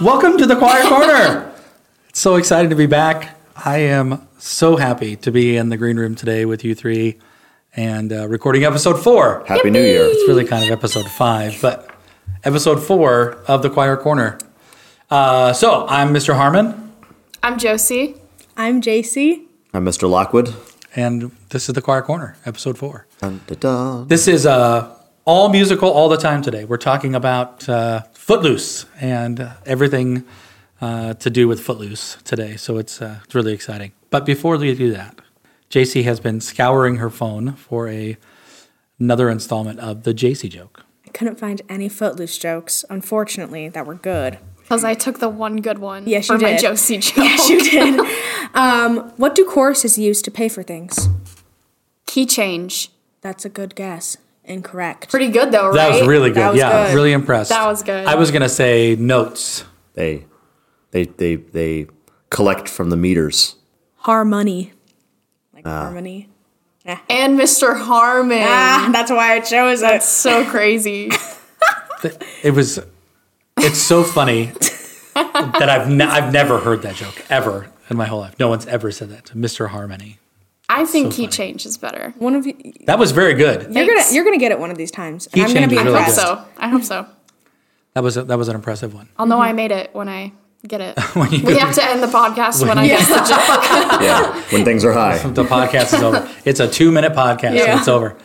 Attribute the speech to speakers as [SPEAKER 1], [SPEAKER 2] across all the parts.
[SPEAKER 1] Welcome to the Choir Corner. so excited to be back. I am so happy to be in the green room today with you three and uh, recording episode four.
[SPEAKER 2] Happy New Year.
[SPEAKER 1] It's really kind of episode five, but episode four of the Choir Corner. Uh, so I'm Mr. Harmon,
[SPEAKER 3] I'm Josie.
[SPEAKER 4] I'm JC.
[SPEAKER 2] I'm Mr. Lockwood.
[SPEAKER 1] and this is the Choir Corner, episode four.
[SPEAKER 2] Dun, dun, dun.
[SPEAKER 1] This is uh, all musical all the time today. We're talking about uh, Footloose and uh, everything uh, to do with Footloose today. So it's, uh, it's really exciting. But before we do that, JC has been scouring her phone for a, another installment of the JC joke.
[SPEAKER 4] I couldn't find any Footloose jokes, unfortunately, that were good.
[SPEAKER 3] Because I took the one good one
[SPEAKER 4] Yes,
[SPEAKER 3] for
[SPEAKER 4] you
[SPEAKER 3] my
[SPEAKER 4] did.
[SPEAKER 3] Josie joke.
[SPEAKER 4] Yes, you did. um, what do choruses use to pay for things?
[SPEAKER 3] Key change.
[SPEAKER 4] That's a good guess. Incorrect.
[SPEAKER 3] Pretty good though, right?
[SPEAKER 1] That was really good.
[SPEAKER 4] That was
[SPEAKER 1] yeah,
[SPEAKER 4] good.
[SPEAKER 1] really impressed.
[SPEAKER 3] That was good.
[SPEAKER 1] I was going to say notes.
[SPEAKER 2] They, they, they, they collect from the meters.
[SPEAKER 4] Harmony. Like
[SPEAKER 1] Ah.
[SPEAKER 4] harmony.
[SPEAKER 3] And Mr. Harmon.
[SPEAKER 4] Ah, that's why I chose it.
[SPEAKER 3] So crazy.
[SPEAKER 1] It was, it's so funny that I've, ne- I've never heard that joke ever in my whole life. No one's ever said that to Mr. Harmony.
[SPEAKER 3] I think
[SPEAKER 1] So
[SPEAKER 3] key
[SPEAKER 1] funny.
[SPEAKER 3] change is better.
[SPEAKER 4] One of you,
[SPEAKER 1] That was very good.
[SPEAKER 4] you're gonna
[SPEAKER 3] Thanks.
[SPEAKER 4] you're gonna get it one of these times. And
[SPEAKER 1] Key
[SPEAKER 4] I'm gonna
[SPEAKER 1] change
[SPEAKER 4] be
[SPEAKER 1] is really
[SPEAKER 3] I hope
[SPEAKER 1] good.
[SPEAKER 4] impressed.
[SPEAKER 3] so. I hope so.
[SPEAKER 1] That was a, that was an impressive one.
[SPEAKER 3] I'll know I made it when I get it.
[SPEAKER 1] When you
[SPEAKER 3] we have to end the podcast when I get the joke.
[SPEAKER 2] Yeah, when things are high.
[SPEAKER 1] the podcast is over. It's a two minute podcast and
[SPEAKER 3] Yeah.
[SPEAKER 1] it's over.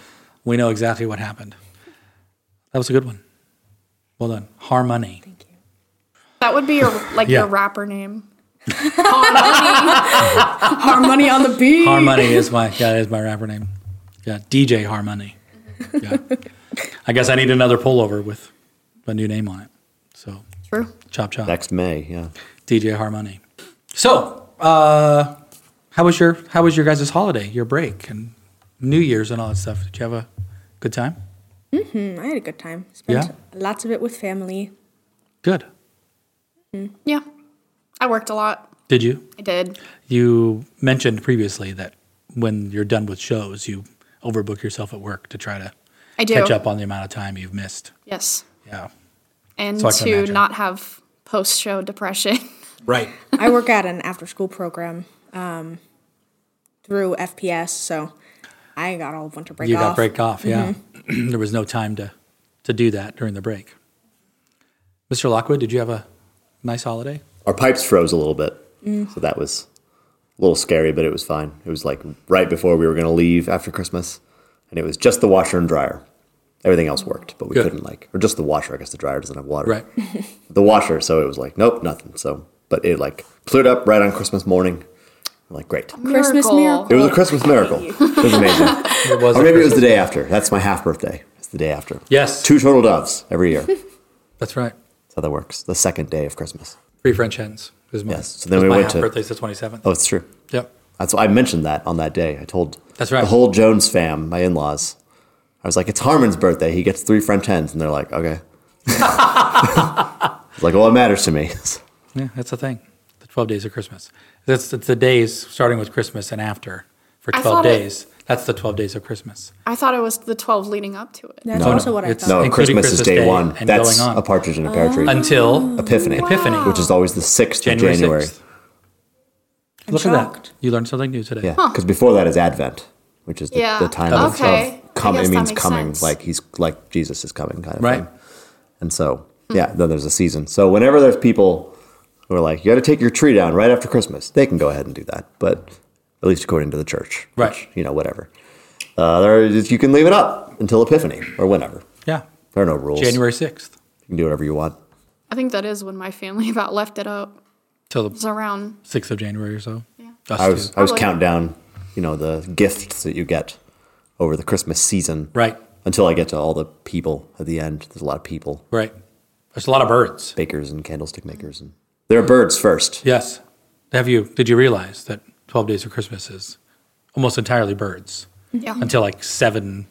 [SPEAKER 1] We know exactly what happened. That was a good one. Well done. Harmony.
[SPEAKER 3] That would be your like
[SPEAKER 1] Yeah.
[SPEAKER 3] your rapper name.
[SPEAKER 4] Harmony on the beat.
[SPEAKER 1] Harmony is my yeah, that is my rapper name. Yeah, DJ Harmony. Yeah. I guess I need another pullover with a new name on it. So
[SPEAKER 3] True.
[SPEAKER 1] chop chop.
[SPEAKER 2] Next May, yeah.
[SPEAKER 1] DJ Harmony. So, uh, how was your how was your guys' holiday, your break and New Year's and all that stuff? Did you have a good time?
[SPEAKER 4] Mm, I had a good time. Spent
[SPEAKER 1] Yeah.
[SPEAKER 4] lots of it with family.
[SPEAKER 1] Good.
[SPEAKER 3] Yeah. I worked a lot.
[SPEAKER 1] Did you?
[SPEAKER 3] I did.
[SPEAKER 1] You mentioned previously that when you're done with shows, you overbook yourself at work to try to
[SPEAKER 3] I do.
[SPEAKER 1] catch up on the amount of time you've missed.
[SPEAKER 3] Yes.
[SPEAKER 1] Yeah.
[SPEAKER 3] And
[SPEAKER 1] So I can
[SPEAKER 3] to
[SPEAKER 1] imagine.
[SPEAKER 3] not have post show depression.
[SPEAKER 1] Right.
[SPEAKER 4] I work at an after school program um, through FPS, so I got all winter break
[SPEAKER 1] You
[SPEAKER 4] off. Mm-hmm.
[SPEAKER 1] got break off. Yeah. there was no time to, to do that during the break. Mr. Lockwood, did you have a nice holiday?
[SPEAKER 2] Our pipes froze a little bit. So that was a little scary, but it was fine. It was like right before we were going to leave after Christmas. And it was just the washer and dryer. Everything else worked, but we
[SPEAKER 1] Good.
[SPEAKER 2] couldn't like, or just the washer. I guess the dryer doesn't have water.
[SPEAKER 1] Right.
[SPEAKER 2] the washer. So it was like, nope, nothing. So, but it like cleared up right on Christmas morning. I'm like, great.
[SPEAKER 4] Christmas miracle.
[SPEAKER 2] It was a Christmas miracle. It was amazing.
[SPEAKER 1] It was
[SPEAKER 2] or maybe it was the day after. That's my half birthday. It's the day after.
[SPEAKER 1] Yes.
[SPEAKER 2] Two total doves every year. That's
[SPEAKER 1] That's right.
[SPEAKER 2] how that works. The second day of Christmas.
[SPEAKER 1] Three French hens is my,
[SPEAKER 2] Yes. So then
[SPEAKER 1] is
[SPEAKER 2] we
[SPEAKER 1] my
[SPEAKER 2] went
[SPEAKER 1] half
[SPEAKER 2] to-
[SPEAKER 1] birthday's the 27th.
[SPEAKER 2] Oh, it's true.
[SPEAKER 1] Yep.
[SPEAKER 2] That's I mentioned that on that day. I told
[SPEAKER 1] That's right.
[SPEAKER 2] the whole Jones fam, my in laws. I was like, it's Harmon's birthday. He gets three French hens. And they're like, okay. it's like, well, it matters to me.
[SPEAKER 1] Yeah, that's the thing. The 12 days of Christmas. That's that's the days starting with Christmas and after for
[SPEAKER 3] I
[SPEAKER 1] 12
[SPEAKER 3] thought it-
[SPEAKER 1] days. that's the 12 days of Christmas.
[SPEAKER 3] I thought it was the 12 leading up to it.
[SPEAKER 4] That's also what I
[SPEAKER 1] it's-
[SPEAKER 4] thought.
[SPEAKER 2] no,
[SPEAKER 1] Including
[SPEAKER 2] Christmas, is
[SPEAKER 1] Christmas
[SPEAKER 2] day,
[SPEAKER 1] Day
[SPEAKER 2] one.
[SPEAKER 1] and
[SPEAKER 2] That's
[SPEAKER 1] going on.
[SPEAKER 2] a partridge in a pear tree.
[SPEAKER 1] Until
[SPEAKER 2] Epiphany.
[SPEAKER 1] Epiphany.
[SPEAKER 2] Which is always the 6th
[SPEAKER 1] January,
[SPEAKER 2] of January.
[SPEAKER 1] 6th. Look at that.
[SPEAKER 4] shocked.
[SPEAKER 1] You learned something new today.
[SPEAKER 2] Yeah, because before that is Advent, which is the,
[SPEAKER 3] Yeah.
[SPEAKER 2] the time
[SPEAKER 3] Oh.
[SPEAKER 2] of,
[SPEAKER 3] Okay.
[SPEAKER 2] of come. It
[SPEAKER 3] I guess that
[SPEAKER 2] means
[SPEAKER 3] makes
[SPEAKER 2] coming,
[SPEAKER 3] sense.
[SPEAKER 2] like he's like Jesus is coming, kind of
[SPEAKER 1] Right.
[SPEAKER 2] thing. And so, yeah, then there's a season. So whenever there's people who are like, you got to take your tree down right after Christmas, they can go ahead and do that, but at least according to the church,
[SPEAKER 1] Right.
[SPEAKER 2] which, you know, whatever. Uh, there is, you can leave it up until Epiphany or whenever.
[SPEAKER 1] Yeah.
[SPEAKER 2] There are no rules.
[SPEAKER 1] January 6th
[SPEAKER 2] you can do whatever you want.
[SPEAKER 3] I think that is when my family about left it up.
[SPEAKER 1] till
[SPEAKER 3] It was
[SPEAKER 1] the
[SPEAKER 3] around
[SPEAKER 1] 6th of January or so. Yeah. Us
[SPEAKER 2] I was
[SPEAKER 1] too.
[SPEAKER 2] I was
[SPEAKER 3] Probably.
[SPEAKER 2] counting down, you know, the gifts that you get over the Christmas season,
[SPEAKER 1] Right.
[SPEAKER 2] Until I get to all the people at the end. There's a lot of people.
[SPEAKER 1] Right. There's a lot of birds.
[SPEAKER 2] bakers and candlestick makers and there are birds first.
[SPEAKER 1] Yes. Have you did you realize that 12 days of Christmas is almost entirely birds
[SPEAKER 3] yeah.
[SPEAKER 1] until like 7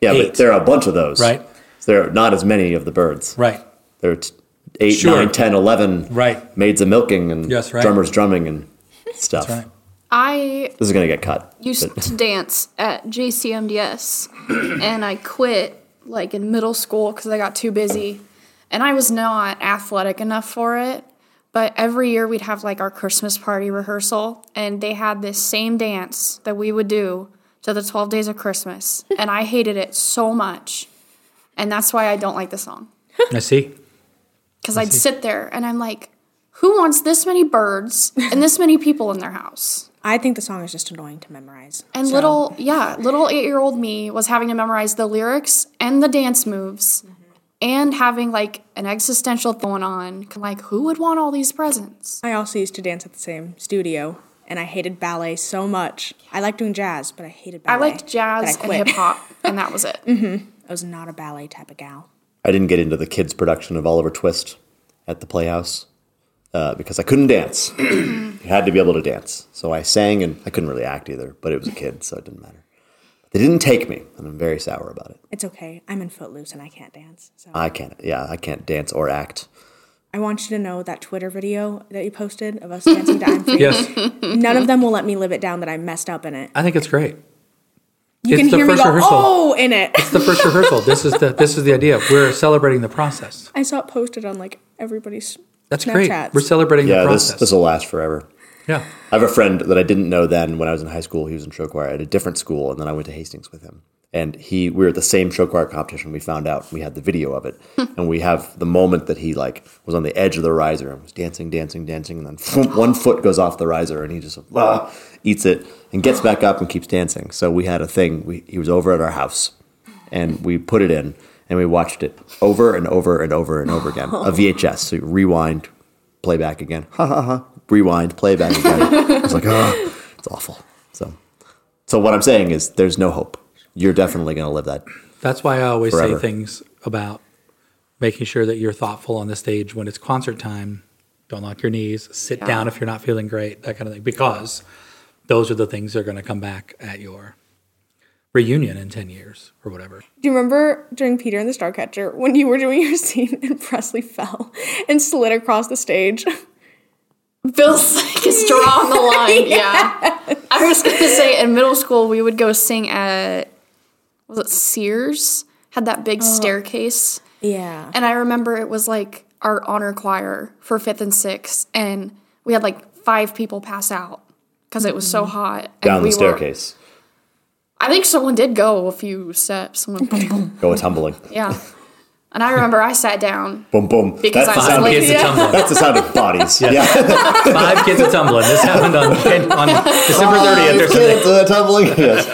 [SPEAKER 2] Yeah,
[SPEAKER 1] Eight.
[SPEAKER 2] but there are a bunch of those.
[SPEAKER 1] Right.
[SPEAKER 2] So there are not as many of the birds.
[SPEAKER 1] right.
[SPEAKER 2] There are t- eight,
[SPEAKER 1] Sure.
[SPEAKER 2] nine, ten, eleven.
[SPEAKER 1] Right.
[SPEAKER 2] Maids a milking and
[SPEAKER 1] Yes, right.
[SPEAKER 2] drummers drumming and stuff.
[SPEAKER 1] Right.
[SPEAKER 3] I
[SPEAKER 2] This is gonna get cut.
[SPEAKER 3] used
[SPEAKER 2] but-
[SPEAKER 3] to dance at JCMDS and I quit like in middle school because I got too busy. And I was not athletic enough for it. But every year we'd have like our Christmas party rehearsal, and they had this same dance that we would do to the 12 Days of Christmas. and I hated it so much. And that's why I don't like the song.
[SPEAKER 1] I see.
[SPEAKER 3] Because I'd sit there and I'm like, who wants this many birds and this many people in their house?
[SPEAKER 4] I think the song is just annoying to memorize.
[SPEAKER 3] And little, yeah, little eight year old me was having to memorize the lyrics and the dance moves
[SPEAKER 4] Mm-hmm.
[SPEAKER 3] and having like an existential going on. Like, who would want all these presents?
[SPEAKER 4] I also used to dance at the same studio, and I hated ballet so much. I liked doing jazz, but I hated
[SPEAKER 3] I
[SPEAKER 4] ballet.
[SPEAKER 3] liked jazz
[SPEAKER 4] but I
[SPEAKER 3] and
[SPEAKER 4] quit. Mm-hmm.
[SPEAKER 3] hip hop, and that was it.
[SPEAKER 4] I was not a ballet type of gal.
[SPEAKER 2] I didn't get into the kids' production of Oliver Twist at the Playhouse uh, because I couldn't dance. you had to be able to dance. So I sang and I couldn't really act either, but it was a kid, so it didn't matter. They didn't take me, and I'm very sour about it.
[SPEAKER 4] It's okay. I'm in Footloose and I can't dance. So
[SPEAKER 2] I can't, yeah, I can't dance or act.
[SPEAKER 4] I want you to know that Twitter video that you posted of us dancing to I'm Free.
[SPEAKER 1] Yes,
[SPEAKER 4] None of them will let me live it down that I messed up in it.
[SPEAKER 1] I think it's great.
[SPEAKER 4] You
[SPEAKER 1] It's
[SPEAKER 4] can
[SPEAKER 1] the
[SPEAKER 4] hear me
[SPEAKER 1] first
[SPEAKER 4] go,
[SPEAKER 1] rehearsal.
[SPEAKER 4] oh, in it.
[SPEAKER 1] It's the first rehearsal. This is the this is the idea. We're celebrating the process.
[SPEAKER 4] I saw it posted on like everybody's
[SPEAKER 1] That's
[SPEAKER 4] Snapchats.
[SPEAKER 1] great. We're celebrating
[SPEAKER 2] Yeah,
[SPEAKER 1] the
[SPEAKER 2] this
[SPEAKER 1] process.
[SPEAKER 2] this will last forever.
[SPEAKER 1] yeah.
[SPEAKER 2] I have a friend that I didn't know then when I was in high school. He was in show choir at a different school, and then I went to Hastings with him. And he, we were at the same show choir competition. We found out we had the video of it, and we have the moment that he like was on the edge of the riser and was dancing, dancing, dancing, and then one foot goes off the riser, and he just ah, eats it and gets back up and keeps dancing. So we had a thing. We, he was over at our house, and we put it in, and we watched it over and over and over and over again. A VHS, so you rewind, playback again. Ha ha ha. Rewind, playback again. I was like, oh, it's awful. So, so what I'm saying is, there's no hope. You're definitely going to live that.
[SPEAKER 1] That's why I always
[SPEAKER 2] Forever.
[SPEAKER 1] say things about making sure that you're thoughtful on the stage when it's concert time. Don't lock your knees. Sit down if you're not feeling great. That kind of thing. Because those are the things that are going to come back at your reunion in ten years or whatever.
[SPEAKER 4] Do you remember during Peter and the Starcatcher when you were doing your scene and Presley fell and slid across the stage?
[SPEAKER 3] Bill's like is drawing the line. Yeah. I was gonna say in middle school we would go sing at was it Sears? Had that
[SPEAKER 4] Oh.
[SPEAKER 3] big staircase.
[SPEAKER 4] Yeah.
[SPEAKER 3] And I remember it was like our honor choir for fifth and sixth, and we had like five people pass out because it was so
[SPEAKER 1] Mm-hmm.
[SPEAKER 3] hot. and
[SPEAKER 2] Down
[SPEAKER 3] we
[SPEAKER 2] the
[SPEAKER 3] were-
[SPEAKER 2] staircase,
[SPEAKER 3] I think someone did go a few steps. Someone, boom, boom.
[SPEAKER 2] go a tumbling.
[SPEAKER 3] yeah. And I remember I sat down.
[SPEAKER 2] Boom, boom.
[SPEAKER 3] Because
[SPEAKER 2] that's, the
[SPEAKER 3] I
[SPEAKER 1] Five
[SPEAKER 2] sound of,
[SPEAKER 3] was like-
[SPEAKER 1] kids a
[SPEAKER 3] Yeah.
[SPEAKER 1] tumbling.
[SPEAKER 2] that's the sound of bodies. Yeah.
[SPEAKER 1] Five kids a tumbling. This happened on on December
[SPEAKER 2] Five
[SPEAKER 1] 30th or something.
[SPEAKER 2] kids, uh, tumbling. Yes.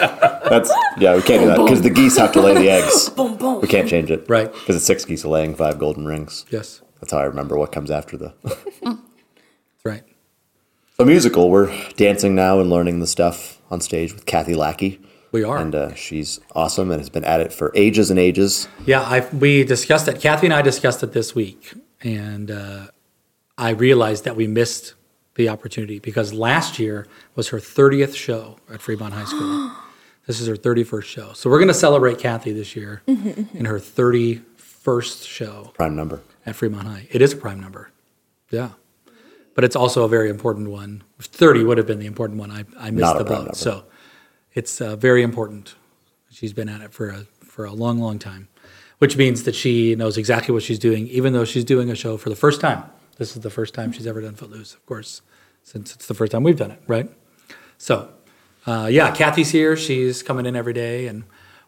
[SPEAKER 2] That's, yeah, we can't do that because the geese have to lay the eggs. boom, boom. We can't change it.
[SPEAKER 1] Right.
[SPEAKER 2] Because it's six geese laying five golden rings.
[SPEAKER 1] Yes,
[SPEAKER 2] That's how I remember what comes after the.
[SPEAKER 1] that's right.
[SPEAKER 2] a musical. We're dancing now and learning the stuff on stage with Kathy Lackey.
[SPEAKER 1] We are.
[SPEAKER 2] And uh, she's awesome and has been at it for ages and ages.
[SPEAKER 1] Yeah, I, we discussed it. Kathy and I discussed it this week, and uh, I realized that we missed the opportunity because last year was her 30th show at Fremont High School. this is her 31st show, so we're going to celebrate Kathy this year in her 31st show
[SPEAKER 2] Prime number.
[SPEAKER 1] at Fremont High. It is a prime number, yeah, but it's also a very important one. 30 would have been the important one. I, I missed
[SPEAKER 2] Not a
[SPEAKER 1] the
[SPEAKER 2] prime
[SPEAKER 1] boat,
[SPEAKER 2] number.
[SPEAKER 1] so it's uh, very important. She's been at it for a for a long, long time, which means that she knows exactly what she's doing, even though she's doing a show for the first time. This is the first time she's ever done Footloose, of course, since it's the first time we've done it, right? So, uh, yeah, Kathy's here. She's coming in every day and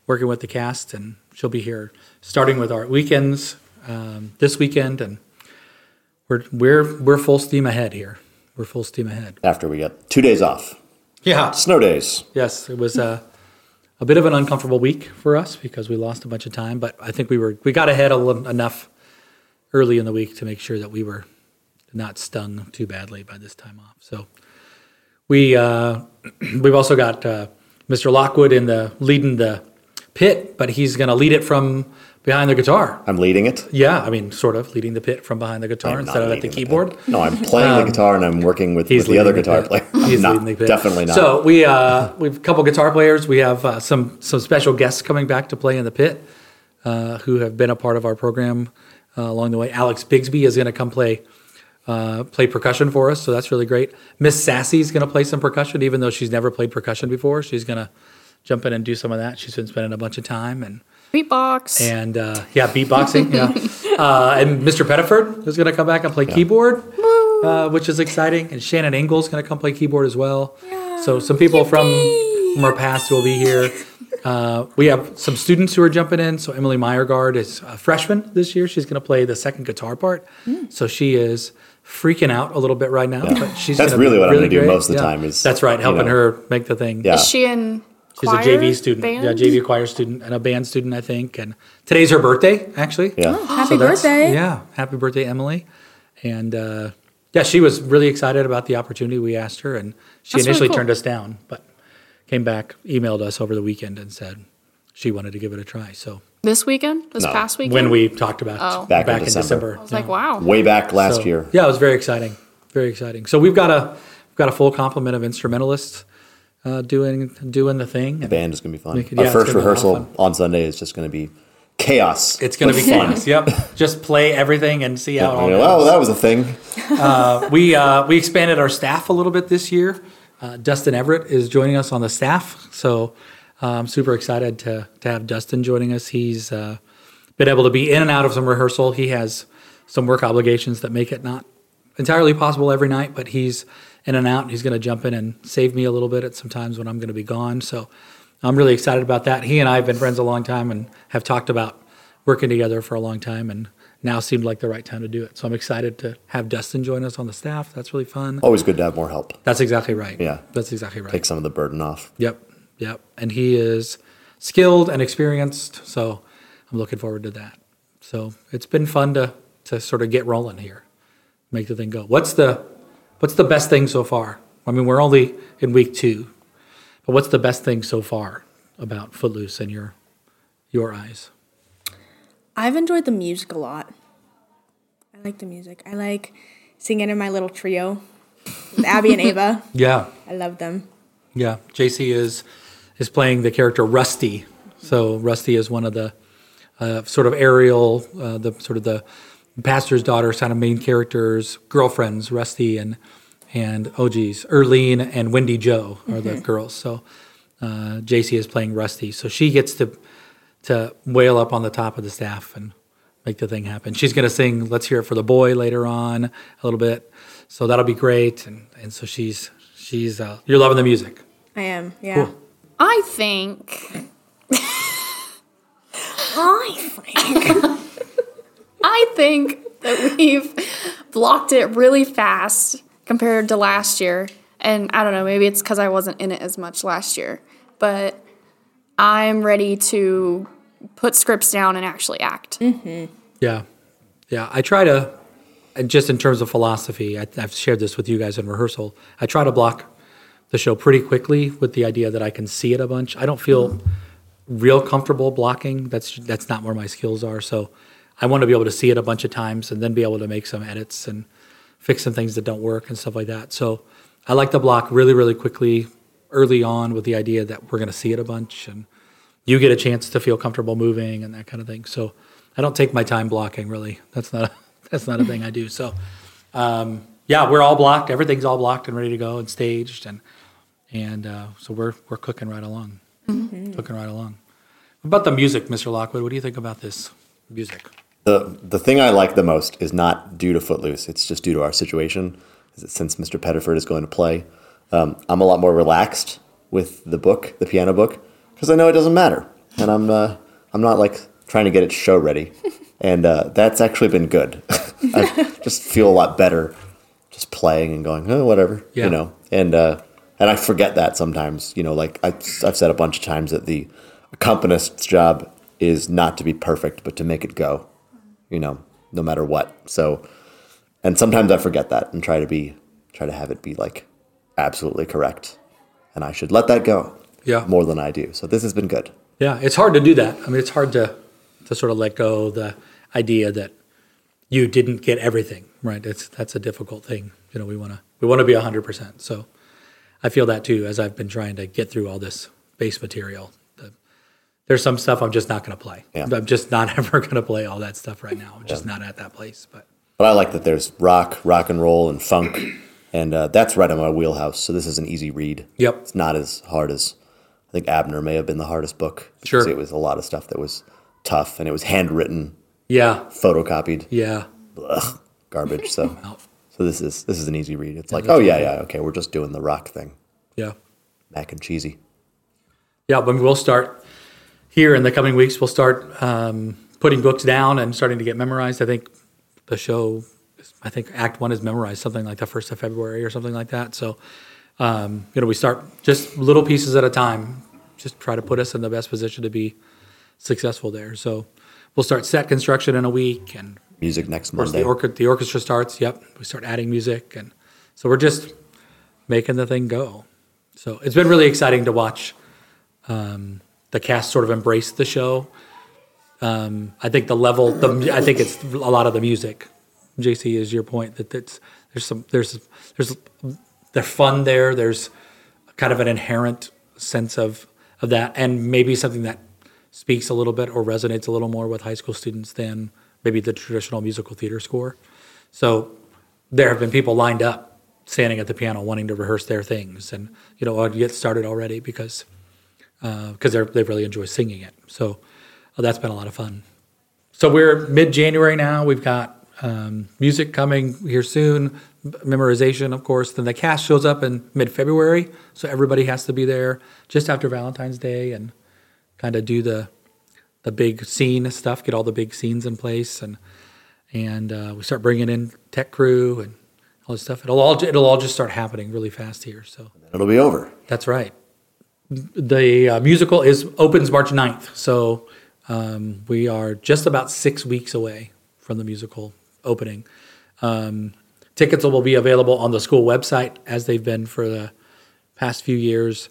[SPEAKER 1] working with the cast, and she'll be here starting with our weekends um, this weekend, and we're we're we're full steam ahead here. We're full steam ahead.
[SPEAKER 2] After we got two days off,
[SPEAKER 1] Yeah.
[SPEAKER 2] snow days.
[SPEAKER 1] Yes, it was a, a bit of an uncomfortable week for us because we lost a bunch of time, but I think we were we got ahead a little, enough early in the week to make sure that we were not stung too badly by this time off. So we uh, we've also got uh, Mr. Lockwood in the leading the pit, but he's going to lead it from behind the guitar.
[SPEAKER 2] I'm leading it.
[SPEAKER 1] Yeah, I mean, sort of leading the pit from behind the guitar
[SPEAKER 2] I'm not
[SPEAKER 1] instead of at the
[SPEAKER 2] leading
[SPEAKER 1] keyboard. Um,
[SPEAKER 2] pit. no, I'm playing the guitar and I'm working with,
[SPEAKER 1] He's
[SPEAKER 2] with the other
[SPEAKER 1] leading
[SPEAKER 2] guitar
[SPEAKER 1] pit.
[SPEAKER 2] player. I'm
[SPEAKER 1] He's
[SPEAKER 2] not,
[SPEAKER 1] leading the pit.
[SPEAKER 2] Definitely not.
[SPEAKER 1] So we uh, we have a couple guitar players. We have uh, some some special guests coming back to play in the pit, uh, who have been a part of our program uh, along the way. Alex Bigsby is going to come play uh, play percussion for us, so that's really great. Miss Sassy's going to play some percussion, even though she's never played percussion before. She's going to jump in and do some of that. She's been spending a bunch of time and
[SPEAKER 3] Beatbox.
[SPEAKER 1] and uh, yeah, beatboxing. yeah, Uh, and Mr. Pettiford is going to come back and play keyboard, uh, which is exciting. And Shannon Engel's going to come play keyboard as well. So some people from, from our past will be here. Uh, we have some students who are jumping in. So Emily Meyergard is a freshman this year. She's going to play the second guitar part. So she is freaking out a little bit right now. But she's
[SPEAKER 2] That's
[SPEAKER 1] gonna be
[SPEAKER 2] really what I'm gonna do
[SPEAKER 1] great.
[SPEAKER 2] most of the time is,
[SPEAKER 1] that's right,
[SPEAKER 2] you
[SPEAKER 1] helping
[SPEAKER 2] know,
[SPEAKER 1] her make the thing.
[SPEAKER 2] Yeah.
[SPEAKER 3] Is she in
[SPEAKER 1] uh, She's
[SPEAKER 3] choir,
[SPEAKER 1] a JV student.
[SPEAKER 3] Band?
[SPEAKER 1] Yeah, JV choir student and a band student, I think. And today's her birthday, actually.
[SPEAKER 2] Yeah.
[SPEAKER 4] Happy
[SPEAKER 1] that's-
[SPEAKER 4] birthday.
[SPEAKER 1] Yeah. Happy birthday, Emily. And uh, yeah, she was really excited about the opportunity we asked her. And she
[SPEAKER 3] That's really
[SPEAKER 1] initially
[SPEAKER 3] cool.
[SPEAKER 1] turned us down, but came back, emailed us over the weekend and said she wanted to give it a try. So
[SPEAKER 3] This weekend? This
[SPEAKER 2] No.
[SPEAKER 3] past weekend?
[SPEAKER 1] when we talked about
[SPEAKER 3] Oh.
[SPEAKER 2] Back in
[SPEAKER 1] in
[SPEAKER 2] December.
[SPEAKER 1] December.
[SPEAKER 3] I was
[SPEAKER 1] yeah.
[SPEAKER 3] like, wow.
[SPEAKER 2] Way back last
[SPEAKER 1] So,
[SPEAKER 2] year.
[SPEAKER 1] Yeah, it was very exciting, very exciting. So we've got a we've got a full complement of instrumentalists uh, doing doing the thing. And
[SPEAKER 2] Band is gonna be fun.
[SPEAKER 1] could-
[SPEAKER 2] Our
[SPEAKER 1] yeah, it's
[SPEAKER 2] first
[SPEAKER 1] gonna be a lot of
[SPEAKER 2] rehearsal
[SPEAKER 1] fun.
[SPEAKER 2] on Sunday is just gonna be chaos.
[SPEAKER 1] it's going to be
[SPEAKER 2] But
[SPEAKER 1] fun. Yep, just play everything and see how it all
[SPEAKER 2] You know,
[SPEAKER 1] goes.
[SPEAKER 2] oh, that was a thing.
[SPEAKER 1] we uh, we expanded our staff a little bit this year. Uh, Dustin Everett is joining us on the staff, so uh, I'm super excited to to have Dustin joining us. He's uh, been able to be in and out of some rehearsal. He has some work obligations that make it not entirely possible every night, but he's in and out. He's going to jump in and save me a little bit at some times when I'm going to be gone. So I'm really excited about that. He and I have been friends a long time and have talked about working together for a long time and now seemed like the right time to do it. So I'm excited to have Dustin join us on the staff. That's really fun.
[SPEAKER 2] Always good to have more help.
[SPEAKER 1] That's exactly right.
[SPEAKER 2] Yeah.
[SPEAKER 1] That's exactly right.
[SPEAKER 2] Take some of the burden off.
[SPEAKER 1] Yep. Yep. And he is skilled and experienced. So I'm looking forward to that. So it's been fun to to sort of get rolling here. Make the thing go. What's the what's the best thing so far? I mean, we're only in week two, but what's the best thing so far about Footloose in your your eyes?
[SPEAKER 4] I've enjoyed the music a lot. I like the music. I like singing in my little trio with Abby and Ava.
[SPEAKER 1] Yeah.
[SPEAKER 4] I love them.
[SPEAKER 1] Yeah, JC is is playing the character Rusty. So Rusty is one of the uh, sort of aerial, uh, the sort of the pastor's daughter, kind of main characters, girlfriends, Rusty and and oh geez, Erlene and Wendy Joe are the girls. So uh, JC is playing Rusty. So she gets to to wail up on the top of the staff and make the thing happen. She's going to sing "Let's Hear It for the Boy" later on a little bit, so that'll be great. And and so she's she's uh, you're loving the music.
[SPEAKER 4] I am. Yeah.
[SPEAKER 1] Cool.
[SPEAKER 3] I think. I think that we've blocked it really fast compared to last year. And I don't know, maybe it's because I wasn't in it as much last year. But I'm ready to put scripts down and actually act.
[SPEAKER 1] Yeah. Yeah. I try to, and just in terms of philosophy, I, I've shared this with you guys in rehearsal. I try to block the show pretty quickly with the idea that I can see it a bunch. I don't feel real comfortable blocking. That's that's not where my skills are. So I want to be able to see it a bunch of times and then be able to make some edits and fix some things that don't work and stuff like that. So I like to block really, really quickly early on with the idea that we're going to see it a bunch and you get a chance to feel comfortable moving and that kind of thing. So I don't take my time blocking really. That's not a, that's not a thing I do. So um, yeah, we're all blocked. Everything's all blocked and ready to go and staged and and uh, so we're we're cooking right along, cooking right along. What about the music, Mr. Lockwood? What do you think about this music?
[SPEAKER 2] The the thing I like the most is not due to Footloose. It's just due to our situation. Is that Since Mr. Pettiford is going to play, um, I'm a lot more relaxed with the book, the piano book, because I know it doesn't matter, and I'm uh, I'm not like trying to get it show ready, and uh, that's actually been good. I just feel a lot better just playing and going, oh, whatever,
[SPEAKER 1] Yeah.
[SPEAKER 2] you know. And uh, and I forget that sometimes, you know. Like I, I've said a bunch of times that the accompanist's job is not to be perfect, but to make it go, you know, no matter what. So, and sometimes I forget that and try to be try to have it be like absolutely correct, and I should let that go
[SPEAKER 1] Yeah,
[SPEAKER 2] more than I do. So this has been good.
[SPEAKER 1] yeah. It's hard to do that. I mean, it's hard to to sort of let go of the idea that you didn't get everything right. It's that's a difficult thing. You know, we want to we want to be hundred percent. So I feel that too as I've been trying to get through all this base material. The- There's some stuff I'm just not going to play.
[SPEAKER 2] Yeah.
[SPEAKER 1] I'm just not ever going to play all that stuff right now. I'm just not at that place. But
[SPEAKER 2] But I like that there's rock, rock and roll, and funk, and uh, that's right on my wheelhouse. So this is an easy read.
[SPEAKER 1] Yep.
[SPEAKER 2] it's not as hard as I think Abner may have been the hardest book. because
[SPEAKER 1] Sure.
[SPEAKER 2] it was a lot of stuff that was tough, and it was handwritten.
[SPEAKER 1] Yeah.
[SPEAKER 2] photocopied
[SPEAKER 1] Yeah.
[SPEAKER 2] Ugh, garbage. So, so this is this is an easy read. It's like,
[SPEAKER 1] that's
[SPEAKER 2] oh yeah, yeah, okay, we're just doing the rock thing,
[SPEAKER 1] Yeah.
[SPEAKER 2] mac and cheesy.
[SPEAKER 1] Yeah, but we'll start here in the coming weeks. We'll start um, putting books down and starting to get memorized. I think the show, is- I think Act One is memorized something like the first of February or something like that. So, um, you know, we start just little pieces at a time. Just try to put us in the best position to be successful there. So, we'll start set construction in a week, and of
[SPEAKER 2] Music next
[SPEAKER 1] course
[SPEAKER 2] Monday.
[SPEAKER 1] the, orche- the orchestra starts. Yep, we start adding music, and so we're just making the thing go. So it's been really exciting to watch um, the cast sort of embraced the show. Um, I think the level, the I think it's a lot of the music. JC is your point that it's there's some there's there's they're fun there. There's kind of an inherent sense of of that, and maybe something that speaks a little bit or resonates a little more with high school students than maybe the traditional musical theater score. So there have been people lined up standing at the piano wanting to rehearse their things, and you know I'd get started already because because they're they really enjoy singing it. So uh, that's been a lot of fun. So we're mid January now. We've got um, music coming here soon, m- memorization, of course. Then the cast shows up in mid February, so everybody has to be there just after Valentine's Day and kind of do the the big scene stuff, get all the big scenes in place, and and uh, we start bringing in tech crew and all this stuff. It'll all it'll all just start happening really fast here. So.
[SPEAKER 2] It'll be over.
[SPEAKER 1] That's right. The uh, musical is opens March 9th, so um, we are just about six weeks away from the musical opening. Um, tickets will be available on the school website as they've been for the past few years.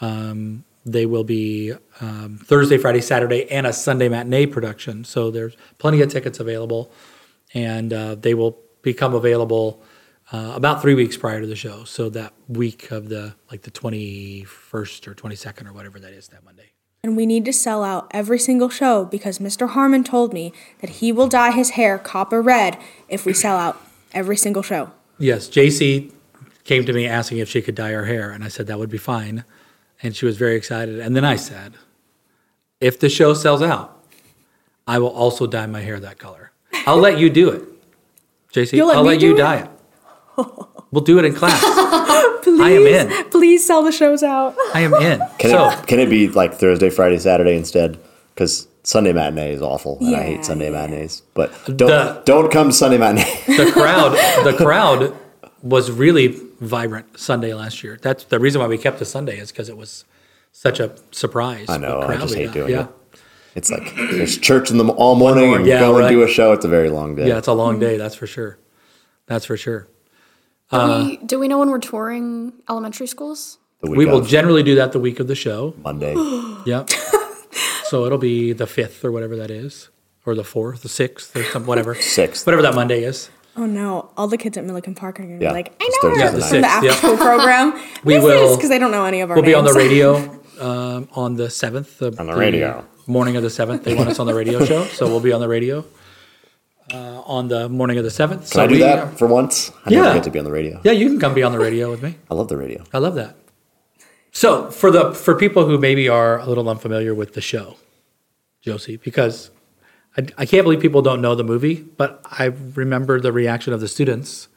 [SPEAKER 1] Um, they will be um, Thursday, Friday, Saturday, and a Sunday matinee production. So there's plenty of tickets available, and uh, they will become available uh, about three weeks prior to the show. So that week of the like the 21st or 22nd or whatever that is that Monday.
[SPEAKER 4] And we need to sell out every single show because Mr. Harmon told me that he will dye his hair copper red if we sell out every single show.
[SPEAKER 1] Yes, JC came to me asking if she could dye her hair, and I said that would be fine, and she was very excited. And then I said, if the show sells out, I will also dye my hair that color. I'll let you do it, JC.
[SPEAKER 4] You'll let
[SPEAKER 1] I'll
[SPEAKER 4] me
[SPEAKER 1] let
[SPEAKER 4] do
[SPEAKER 1] you
[SPEAKER 4] it?
[SPEAKER 1] dye it. We'll do it in class. I am in.
[SPEAKER 4] Please sell the shows out.
[SPEAKER 1] I am in.
[SPEAKER 2] Can
[SPEAKER 1] so
[SPEAKER 2] it can it be like Thursday, Friday, Saturday instead? Because Sunday matinee is awful, and I
[SPEAKER 4] Yeah,
[SPEAKER 2] hate Sunday matinees. But don't
[SPEAKER 1] The-
[SPEAKER 2] don't come to Sunday matinee.
[SPEAKER 1] the crowd the crowd was really vibrant Sunday last year. That's the reason why we kept the Sunday is because it was such a surprise.
[SPEAKER 2] I know,
[SPEAKER 1] what
[SPEAKER 2] I
[SPEAKER 1] crowd
[SPEAKER 2] just
[SPEAKER 1] we
[SPEAKER 2] hate
[SPEAKER 1] got.
[SPEAKER 2] doing
[SPEAKER 1] yeah.
[SPEAKER 2] it. it's like there's church in the m- all morning, and
[SPEAKER 1] Yeah,
[SPEAKER 2] go and
[SPEAKER 1] right.
[SPEAKER 2] do a show. It's a very long day.
[SPEAKER 1] Yeah, it's a long day. That's for sure. That's for sure.
[SPEAKER 3] Do, we, do we know when we're touring elementary schools?
[SPEAKER 2] the week
[SPEAKER 1] We will
[SPEAKER 2] of
[SPEAKER 1] generally do that the week of the show.
[SPEAKER 2] Monday.
[SPEAKER 1] Yep. so it'll be the fifth or whatever that is, or the fourth, the sixth, or some whatever,
[SPEAKER 2] Sixth.
[SPEAKER 1] whatever that Monday is.
[SPEAKER 4] Oh no, all the kids at Milliken Park are gonna
[SPEAKER 2] Yeah,
[SPEAKER 4] be like, I
[SPEAKER 2] it's
[SPEAKER 4] know
[SPEAKER 2] Thursday the
[SPEAKER 4] her from the
[SPEAKER 1] sixth, yeah.
[SPEAKER 4] actual program.
[SPEAKER 1] We
[SPEAKER 4] this
[SPEAKER 1] will-
[SPEAKER 4] because they don't know any of our
[SPEAKER 1] We'll be on the
[SPEAKER 4] names.
[SPEAKER 1] radio um, on the seventh.
[SPEAKER 2] On the radio.
[SPEAKER 1] Morning of the seventh, they want us on the radio show, so we'll be on the radio uh, on the morning of the seventh.
[SPEAKER 2] Can I do that for once? I
[SPEAKER 1] Yeah.
[SPEAKER 2] never get to be on the radio.
[SPEAKER 1] Yeah, you can come be on the radio with me.
[SPEAKER 2] I love the radio.
[SPEAKER 1] I love that. So for the for people who maybe are a little unfamiliar with the show, Josie, because I, I can't believe people don't know the movie, but I remember the reaction of the students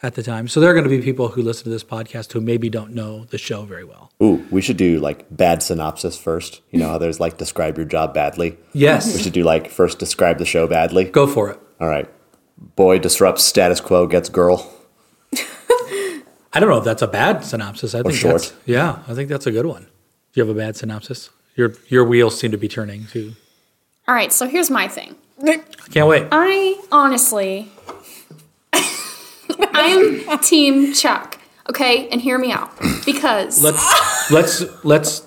[SPEAKER 1] at the time. So there are going to be people who listen to this podcast who maybe don't know the show very well.
[SPEAKER 2] Ooh, we should do like bad synopsis first. You know how there's like describe your job badly. We
[SPEAKER 1] Yes,
[SPEAKER 2] should do like first describe the show badly.
[SPEAKER 1] go for it.
[SPEAKER 2] All right. Boy disrupts status quo, gets girl.
[SPEAKER 1] I don't know if that's a bad synopsis. I think
[SPEAKER 2] short.
[SPEAKER 1] that's yeah, I think that's a good one. Do you have a bad synopsis? Your your wheels seem to be turning too.
[SPEAKER 3] All right, so here's my thing.
[SPEAKER 1] I can't wait.
[SPEAKER 3] I honestly, I am Team Chuck. Okay, and hear me out because
[SPEAKER 1] let's let's let's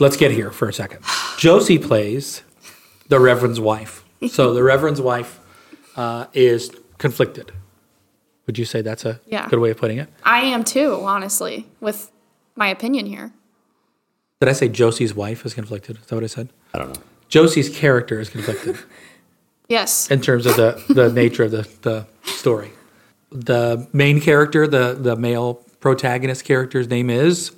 [SPEAKER 1] let's get here for a second. Josie plays the Reverend's wife. So the Reverend's wife uh, is conflicted. Would you say that's a
[SPEAKER 3] Yeah.
[SPEAKER 1] good way of putting it?
[SPEAKER 3] I am too. Honestly, with my opinion here,
[SPEAKER 1] Did I say Josie's wife is conflicted? Is that what I said?
[SPEAKER 2] I don't know.
[SPEAKER 1] Josie's character is conflicted
[SPEAKER 3] yes,
[SPEAKER 1] in terms of the, the nature of the, the story. The main character, the, the male protagonist character's name is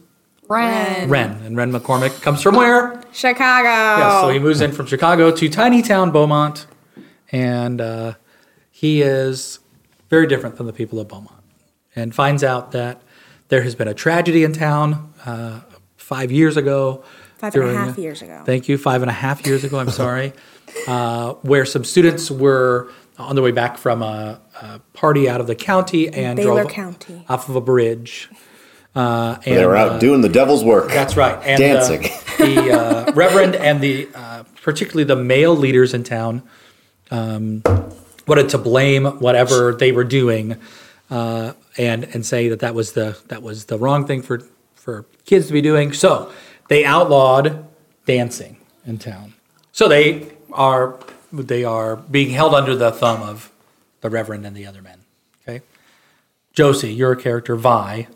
[SPEAKER 3] Ren.
[SPEAKER 1] Ren. And Ren McCormick comes from where?
[SPEAKER 4] Chicago.
[SPEAKER 1] Yeah, so he moves in from Chicago to tiny town Beaumont and uh, he is very different than the people of Beaumont, and finds out that there has been a tragedy in town uh, five years ago.
[SPEAKER 4] Five and a
[SPEAKER 1] during-
[SPEAKER 4] half years ago.
[SPEAKER 1] Thank you. Five and a half years ago. I'm sorry. uh, where some students were on their way back from a, a party out of the county and
[SPEAKER 4] Baylor
[SPEAKER 1] drove
[SPEAKER 4] County.
[SPEAKER 1] off of a bridge. Uh, and
[SPEAKER 2] They were out
[SPEAKER 1] uh,
[SPEAKER 2] doing the devil's work.
[SPEAKER 1] that's right. And,
[SPEAKER 2] Dancing.
[SPEAKER 1] Uh, the uh, reverend and the uh, particularly the male leaders in town um, wanted to blame whatever they were doing, uh, and and say that that was the that was the wrong thing for for kids to be doing. So they outlawed dancing in town. So they are they are being held under the thumb of the reverend and the other men. Okay, Josie, your character Vi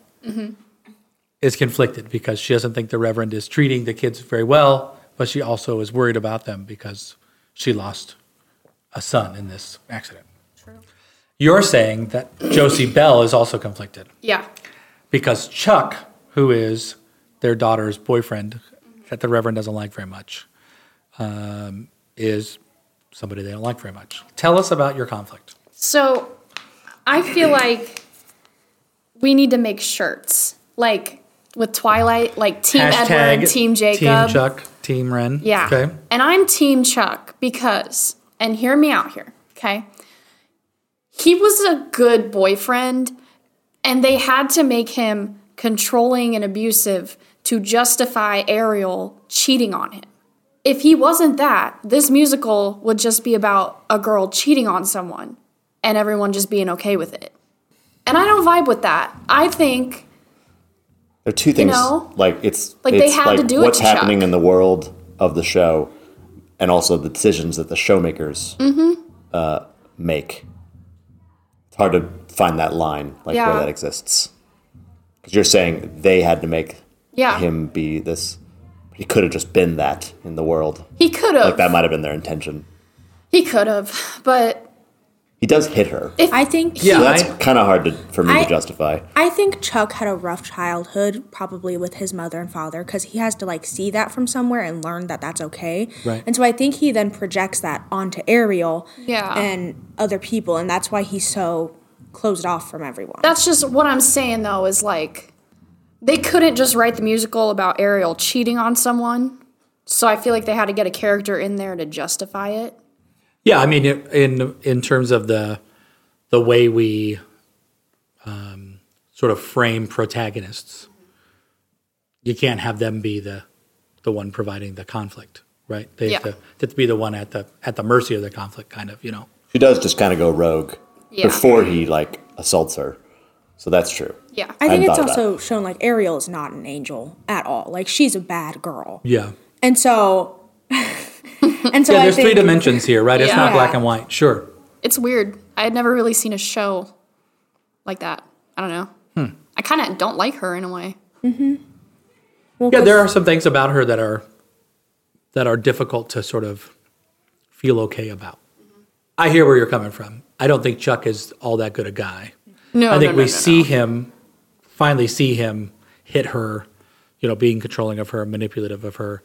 [SPEAKER 1] is conflicted because she doesn't think the Reverend is treating the kids very well, but she also is worried about them because she lost a son in this accident. You're saying that Josie Bell is also conflicted
[SPEAKER 3] Yeah.
[SPEAKER 1] because Chuck, who is their daughter's boyfriend that the Reverend doesn't like very much, um, is somebody they don't like very much. Tell us about your conflict.
[SPEAKER 3] So I feel like we need to make shirts. Like with Twilight, like Team Edward, Team Jacob.
[SPEAKER 1] Team Chuck, Team Ren.
[SPEAKER 3] Yeah.
[SPEAKER 1] Okay.
[SPEAKER 3] And I'm Team Chuck because, and hear me out here, okay? He was a good boyfriend, and they had to make him controlling and abusive to justify Ariel cheating on him. If he wasn't that, this musical would just be about a girl cheating on someone and everyone just being okay with it. And I don't vibe with that. I think
[SPEAKER 2] There are two things.
[SPEAKER 3] know?
[SPEAKER 2] like it's
[SPEAKER 3] Like, they
[SPEAKER 2] it's
[SPEAKER 3] had to do it
[SPEAKER 2] what's
[SPEAKER 3] to
[SPEAKER 2] happening
[SPEAKER 3] Chuck.
[SPEAKER 2] in the world of the show, and also the decisions that the showmakers uh,
[SPEAKER 3] Mm-hmm.
[SPEAKER 2] make. It's hard to find that line, like
[SPEAKER 3] Yeah.
[SPEAKER 2] where that exists, because you're saying they had to make
[SPEAKER 3] Yeah.
[SPEAKER 2] him be this. He could have just been that in the world.
[SPEAKER 3] he could have.
[SPEAKER 2] Like that might have been their intention.
[SPEAKER 3] he could have. But
[SPEAKER 2] He does hit her.
[SPEAKER 4] I think
[SPEAKER 1] Yeah.
[SPEAKER 2] so that's
[SPEAKER 1] I-
[SPEAKER 2] kind of hard to, for me
[SPEAKER 4] I-
[SPEAKER 2] to justify.
[SPEAKER 4] I think Chuck had a rough childhood, probably with his mother and father, because he has to like see that from somewhere and learn that that's okay.
[SPEAKER 1] Right.
[SPEAKER 4] And so I think he then projects that onto Ariel
[SPEAKER 3] Yeah.
[SPEAKER 4] and other people, and that's why he's so closed off from everyone.
[SPEAKER 3] that's just what I'm saying though is like they couldn't just write the musical about Ariel cheating on someone. So I feel like they had to get a character in there to justify it.
[SPEAKER 1] Yeah, I mean, i- in in terms of the the way we um, sort of frame protagonists, you can't have them be the the one providing the conflict, right? They have,
[SPEAKER 3] Yeah.
[SPEAKER 1] to, they have to be the one at the at the mercy of the conflict, kind of, you know.
[SPEAKER 2] She does just kind of go rogue
[SPEAKER 3] Yeah.
[SPEAKER 2] before he like assaults her. So that's true.
[SPEAKER 3] Yeah.
[SPEAKER 4] I think
[SPEAKER 2] hadn't
[SPEAKER 4] it's
[SPEAKER 2] thought of
[SPEAKER 4] also shown like Ariel is not an angel at all. Like she's a bad girl.
[SPEAKER 1] Yeah,
[SPEAKER 4] And so and so
[SPEAKER 1] yeah.
[SPEAKER 4] I
[SPEAKER 1] There's
[SPEAKER 4] think
[SPEAKER 1] three dimensions here, right? It's not
[SPEAKER 4] Yeah.
[SPEAKER 1] black and white. Sure.
[SPEAKER 3] it's weird. I had never really seen a show like that. I don't know.
[SPEAKER 1] Hmm.
[SPEAKER 3] I kind of don't like her in a way.
[SPEAKER 4] well,
[SPEAKER 1] Yeah,
[SPEAKER 4] 'cause-
[SPEAKER 1] there are some things about her that are that are difficult to sort of feel okay about.
[SPEAKER 4] Mm-hmm.
[SPEAKER 1] I hear where you're coming from. I don't think Chuck is all that good a guy.
[SPEAKER 3] No,
[SPEAKER 1] I
[SPEAKER 3] no,
[SPEAKER 1] think
[SPEAKER 3] no,
[SPEAKER 1] we
[SPEAKER 3] no,
[SPEAKER 1] see him finally see him hit her, you know, being controlling of her, manipulative of her.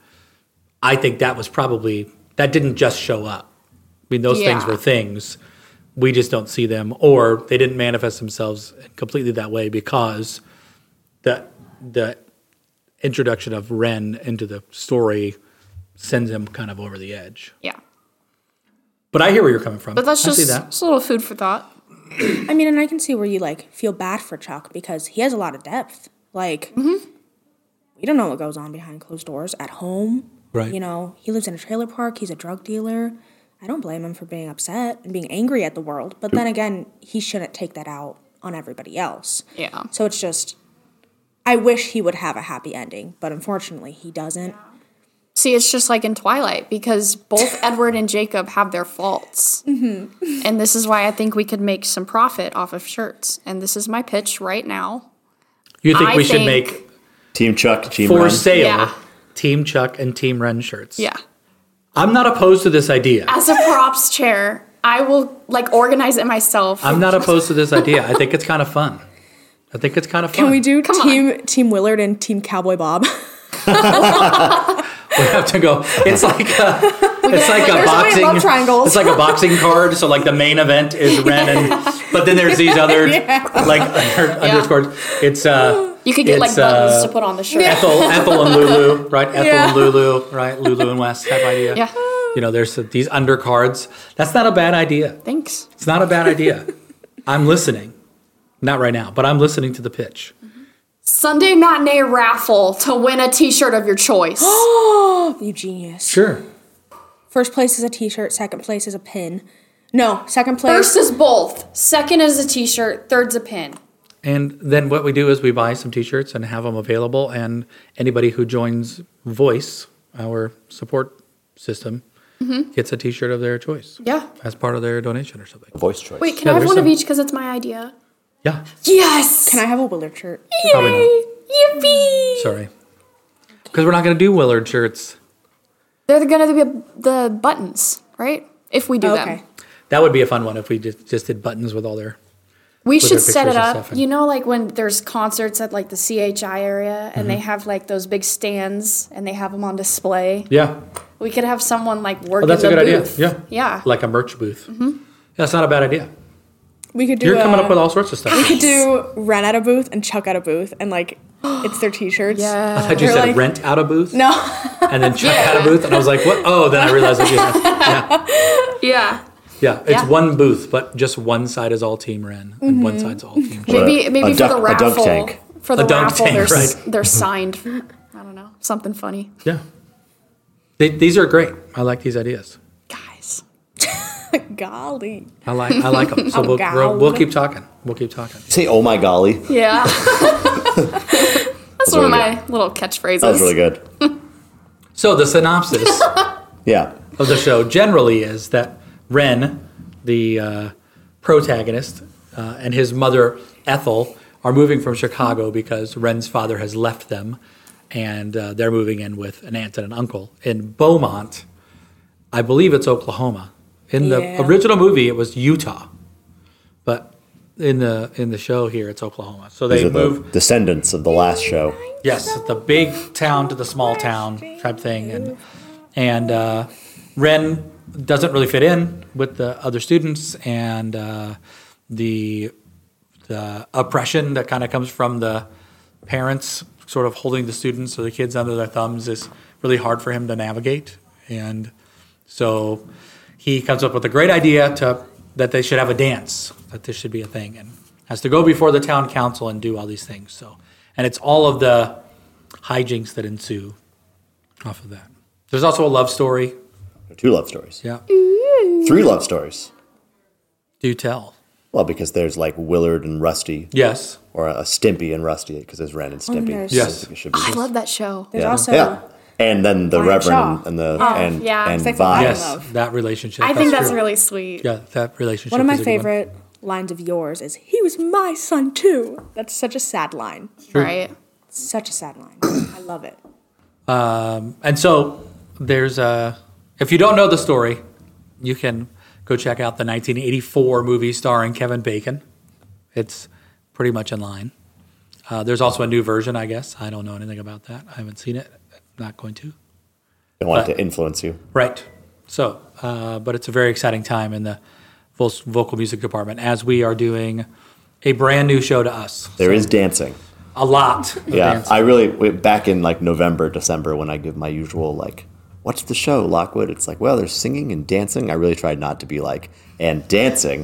[SPEAKER 1] I think that was probably that didn't just show up. I mean, those things
[SPEAKER 3] Yeah.
[SPEAKER 1] were things we just don't see them, or they didn't manifest themselves completely that way because the the introduction of Ren into the story sends him kind of over the edge.
[SPEAKER 3] Yeah.
[SPEAKER 1] But I hear where you're coming from.
[SPEAKER 3] But that's
[SPEAKER 1] I see
[SPEAKER 3] just,
[SPEAKER 1] that.
[SPEAKER 3] just a little food for thought.
[SPEAKER 4] I mean, and I can see where you like feel bad for Chuck because he has a lot of depth. Like, we don't know what goes on behind closed doors at home.
[SPEAKER 1] Right.
[SPEAKER 4] You know, he lives in a trailer park. He's a drug dealer. I don't blame him for being upset and being angry at the world. But then again, he shouldn't take that out on everybody else.
[SPEAKER 3] Yeah.
[SPEAKER 4] So it's just, I wish he would have a happy ending, but unfortunately, he doesn't.
[SPEAKER 3] See, it's just like in Twilight because both Edward and Jacob have their faults. And this is why I think we could make some profit off of shirts. And this is my pitch right now.
[SPEAKER 1] You think
[SPEAKER 3] I
[SPEAKER 1] we should
[SPEAKER 3] think-
[SPEAKER 1] make
[SPEAKER 2] Team Chuck, Team
[SPEAKER 1] for
[SPEAKER 2] Ren.
[SPEAKER 1] sale
[SPEAKER 3] Yeah.
[SPEAKER 1] Team Chuck and Team Ren shirts?
[SPEAKER 3] Yeah.
[SPEAKER 1] I'm not opposed to this idea.
[SPEAKER 3] As a props chair, I will like organize it myself.
[SPEAKER 1] I'm not opposed to this idea. I think it's kind of fun. I think it's kind of fun.
[SPEAKER 4] Can we do
[SPEAKER 3] Come
[SPEAKER 4] team Team Willard and Team Cowboy Bob?
[SPEAKER 1] We have to go. It's like a, it's like a
[SPEAKER 4] there's so many
[SPEAKER 1] boxing.
[SPEAKER 4] love triangles.
[SPEAKER 1] It's like a boxing card. So like the main event is Ren, and but then there's these other like under, underscores. It's uh,
[SPEAKER 3] You could get like
[SPEAKER 1] It's, uh,
[SPEAKER 3] buttons to put on the shirt.
[SPEAKER 1] Ethel, Ethel and Lulu, right? Ethel
[SPEAKER 4] Yeah.
[SPEAKER 1] and Lulu, right? Lulu and West type idea.
[SPEAKER 3] Yeah.
[SPEAKER 1] You know, there's these undercards. That's not a bad idea.
[SPEAKER 3] Thanks.
[SPEAKER 1] It's not a bad idea. I'm listening. Not right now, but I'm listening to the pitch.
[SPEAKER 3] Sunday matinee raffle to win a T-shirt of your choice.
[SPEAKER 4] You genius.
[SPEAKER 1] Sure.
[SPEAKER 4] First place is a t-shirt, second place is a pin. No, second place.
[SPEAKER 3] First is both. Second is a T-shirt. Third's a pin.
[SPEAKER 1] And then what we do is we buy some T-shirts and have them available, and anybody who joins Voice, our support system, gets a T-shirt of their choice
[SPEAKER 3] Yeah.
[SPEAKER 1] as part of their donation or something.
[SPEAKER 2] Voice choice.
[SPEAKER 3] Wait, can
[SPEAKER 1] Yeah,
[SPEAKER 3] I have
[SPEAKER 1] there's
[SPEAKER 3] one of
[SPEAKER 1] some-
[SPEAKER 3] each because it's my idea?
[SPEAKER 1] Yeah,
[SPEAKER 3] Yes.
[SPEAKER 4] Can I have a Willard shirt?
[SPEAKER 1] probably not.
[SPEAKER 3] Yippee!
[SPEAKER 1] Sorry, because we're not going to do Willard shirts.
[SPEAKER 3] They're gonna be the buttons, right? If we do
[SPEAKER 4] Okay.
[SPEAKER 3] them,
[SPEAKER 1] That would be a fun one if we just, just did buttons with all their.
[SPEAKER 3] we
[SPEAKER 1] With
[SPEAKER 3] should
[SPEAKER 1] their
[SPEAKER 3] set
[SPEAKER 1] pictures and
[SPEAKER 3] it up.
[SPEAKER 1] stuff and-
[SPEAKER 3] You know, like when there's concerts at like the CHI area, and
[SPEAKER 1] Mm-hmm.
[SPEAKER 3] they have like those big stands, and they have them on display.
[SPEAKER 1] Yeah,
[SPEAKER 3] We could have someone like working.
[SPEAKER 1] oh, that's a
[SPEAKER 3] the
[SPEAKER 1] good
[SPEAKER 3] booth.
[SPEAKER 1] idea. Yeah,
[SPEAKER 3] Yeah.
[SPEAKER 1] like a merch booth. That's not a bad idea.
[SPEAKER 4] We could do
[SPEAKER 1] You're
[SPEAKER 4] a,
[SPEAKER 1] coming up with all sorts of stuff.
[SPEAKER 4] We could do rent at a booth and chuck out a booth and like it's their t-shirts.
[SPEAKER 1] I
[SPEAKER 3] yeah.
[SPEAKER 1] thought you
[SPEAKER 4] They're
[SPEAKER 1] said
[SPEAKER 4] like-
[SPEAKER 1] rent out a booth
[SPEAKER 4] No.
[SPEAKER 1] and then check out a booth, and I was like, what? Oh, then I realized. That, yeah.
[SPEAKER 3] Yeah.
[SPEAKER 1] Yeah, it's
[SPEAKER 3] Yeah.
[SPEAKER 1] one booth, but just one side is all Team Ren and one
[SPEAKER 4] Mm-hmm.
[SPEAKER 1] side's all Team. Ren.
[SPEAKER 3] Maybe
[SPEAKER 2] a
[SPEAKER 3] maybe for
[SPEAKER 2] dunk-
[SPEAKER 3] the
[SPEAKER 2] a dunk
[SPEAKER 3] raffle.
[SPEAKER 2] tank.
[SPEAKER 3] For the
[SPEAKER 1] A dunk
[SPEAKER 3] raffle,
[SPEAKER 1] tank,
[SPEAKER 3] they're, s-
[SPEAKER 1] right.
[SPEAKER 3] they're signed. I don't know something funny,
[SPEAKER 1] Yeah, they, these are great. I like these ideas.
[SPEAKER 3] guys.
[SPEAKER 4] Golly.
[SPEAKER 1] I like I like them. So
[SPEAKER 4] Oh,
[SPEAKER 1] we'll,
[SPEAKER 4] God.
[SPEAKER 1] we'll we'll keep talking. We'll keep talking.
[SPEAKER 2] Say, oh my golly.
[SPEAKER 3] Yeah. That's one of
[SPEAKER 2] really
[SPEAKER 3] my little catchphrases.
[SPEAKER 2] That was really good.
[SPEAKER 1] So the synopsis
[SPEAKER 2] Yeah.
[SPEAKER 1] of the show generally is that Ren, the uh, protagonist, uh, and his mother Ethel are moving from Chicago because Ren's father has left them, and uh, they're moving in with an aunt and an uncle in Beaumont. I believe it's Oklahoma. In the
[SPEAKER 4] Yeah.
[SPEAKER 1] original movie, it was Utah, but in the in the show here, it's Oklahoma. So
[SPEAKER 2] These
[SPEAKER 1] they
[SPEAKER 2] are the
[SPEAKER 1] move.
[SPEAKER 2] descendants of the last show.
[SPEAKER 1] Yes, the big town to the small town type thing, and and uh, Ren doesn't really fit in with the other students, and uh, the the oppression that kind of comes from the parents sort of holding the students or the kids under their thumbs is really hard for him to navigate, and so he comes up with a great idea to that they should have a dance, that this should be a thing, and has to go before the town council and do all these things. So, and it's all of the hijinks that ensue off of that. There's also a love story.
[SPEAKER 2] Two love stories.
[SPEAKER 1] Yeah,
[SPEAKER 2] Three love stories.
[SPEAKER 1] do tell.
[SPEAKER 2] Well, because there's like Willard and Rusty,
[SPEAKER 1] Yes,
[SPEAKER 2] or a Stimpy and Rusty, because there's Ren and Stimpy.
[SPEAKER 4] there's-
[SPEAKER 1] Yes.
[SPEAKER 2] So it should be-
[SPEAKER 3] Oh I love that show.
[SPEAKER 4] There's
[SPEAKER 2] yeah.
[SPEAKER 4] also
[SPEAKER 2] Yeah. And then the
[SPEAKER 4] Wyatt Shaw.
[SPEAKER 2] Reverend and, and the and
[SPEAKER 3] Oh, yeah.
[SPEAKER 2] and
[SPEAKER 3] It's
[SPEAKER 4] like the
[SPEAKER 2] Vi.
[SPEAKER 4] I
[SPEAKER 1] yes,
[SPEAKER 4] love.
[SPEAKER 1] that relationship.
[SPEAKER 3] I think that's
[SPEAKER 1] true.
[SPEAKER 3] really sweet.
[SPEAKER 1] yeah, that relationship.
[SPEAKER 4] one of my
[SPEAKER 1] is a good
[SPEAKER 4] favorite lines of yours is he was my son too. That's such a sad line.
[SPEAKER 3] Right.
[SPEAKER 4] Such a sad line. I love it.
[SPEAKER 1] And so there's a. If you don't know the story, you can go check out the 1984 movie starring Kevin Bacon. It's pretty much in line. Uh, there's also a new version, I guess. I don't know anything about that. I haven't seen it. Not going to.
[SPEAKER 2] Don't want it
[SPEAKER 1] But-
[SPEAKER 2] to influence you.
[SPEAKER 1] Right. So, uh, but it's a very exciting time in the vo- vocal music department as we are doing a brand new show to us.
[SPEAKER 2] There is dancing.
[SPEAKER 1] A lot. of
[SPEAKER 2] Yeah,
[SPEAKER 1] dance.
[SPEAKER 2] I really went back in like November, December when I give my usual like, what's the show, Lockwood? It's like, well, there's singing and dancing. I really tried not to be like and dancing.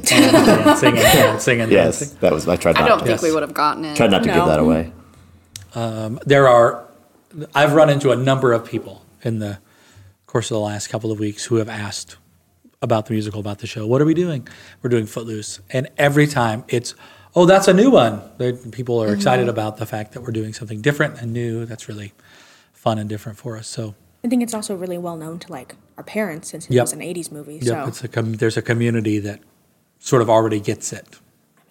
[SPEAKER 1] dancing and dancing and
[SPEAKER 2] yes,
[SPEAKER 1] dancing.
[SPEAKER 2] that was I tried
[SPEAKER 3] I
[SPEAKER 2] not
[SPEAKER 3] don't
[SPEAKER 2] to,
[SPEAKER 1] Yes.
[SPEAKER 3] think we would have gotten it.
[SPEAKER 2] tried not to
[SPEAKER 4] No.
[SPEAKER 2] give that away.
[SPEAKER 1] there are i've run into a number of people in the course of the last couple of weeks who have asked about the musical about the show what are we doing we're doing footloose and every time it's oh that's a new one They- people are excited about the fact that we're doing something different and new that's really fun and different for us so
[SPEAKER 4] I think it's also really well known to like our parents since it
[SPEAKER 1] Yep.
[SPEAKER 4] was an 80s movie.
[SPEAKER 1] yeah
[SPEAKER 4] so
[SPEAKER 1] it's a com- there's a community that sort of already gets it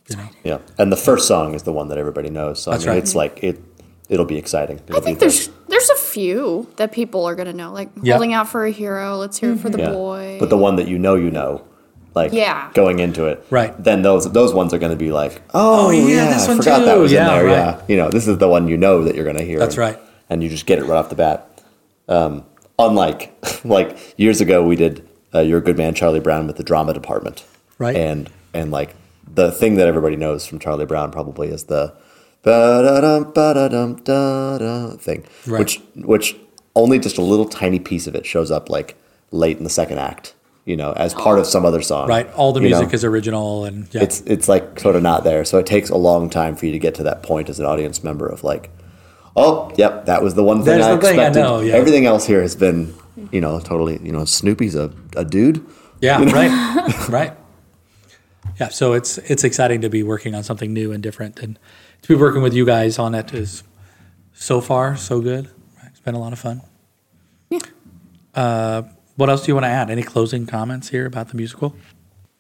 [SPEAKER 1] you know
[SPEAKER 2] Yeah, and the first song is the one that everybody knows. So
[SPEAKER 1] That's
[SPEAKER 2] I mean,
[SPEAKER 1] right.
[SPEAKER 2] it's like it, it'll be exciting.
[SPEAKER 3] I
[SPEAKER 2] It'll be
[SPEAKER 3] think
[SPEAKER 2] the-
[SPEAKER 3] there's there's a few that people are gonna know, like
[SPEAKER 1] Yeah. Mm-hmm.
[SPEAKER 3] holding out for a hero. Let's hear it for the
[SPEAKER 2] yeah,
[SPEAKER 3] boy.
[SPEAKER 2] but the one that you know, you know, like
[SPEAKER 3] Yeah.
[SPEAKER 2] going into it,
[SPEAKER 1] Right.
[SPEAKER 2] Then those those ones are going to be like, oh,
[SPEAKER 1] yeah,
[SPEAKER 2] yeah,
[SPEAKER 1] this
[SPEAKER 2] I
[SPEAKER 1] one
[SPEAKER 2] forgot that
[SPEAKER 1] too."
[SPEAKER 2] was
[SPEAKER 1] Yeah,
[SPEAKER 2] in there.
[SPEAKER 1] right.
[SPEAKER 2] Yeah, you know, this is the one you know that you're going to hear.
[SPEAKER 1] That's
[SPEAKER 2] and-
[SPEAKER 1] right.
[SPEAKER 2] and you just get it right off the bat. Um, unlike like years ago we did uh, You're a Good Man, Charlie Brown with the drama department,
[SPEAKER 1] Right.
[SPEAKER 2] And and like the thing that everybody knows from Charlie Brown probably is the ba-da-dum, ba-da-dum, da-da thing,
[SPEAKER 1] Right.
[SPEAKER 2] which which only just a little tiny piece of it shows up like late in the second act, you know, as part of some other song.
[SPEAKER 1] Right. All the
[SPEAKER 2] you know?
[SPEAKER 1] music is original and yeah.
[SPEAKER 2] it's it's like sort of not there. So it takes a long time for you to get to that point as an audience member of like, oh, yep, that was the one thing
[SPEAKER 1] That's
[SPEAKER 2] I
[SPEAKER 1] the thing I
[SPEAKER 2] expected.
[SPEAKER 1] know, yeah.
[SPEAKER 2] Everything else here has been, you know, totally, you know, Snoopy's a, a dude.
[SPEAKER 1] yeah, right. right. Yeah, so it's it's exciting to be working on something new and different and to be working with you guys on it is so far so good. Right. It's been a lot of fun. Uh,
[SPEAKER 3] Yeah.
[SPEAKER 1] What else do you want to add? Any closing comments here about the musical?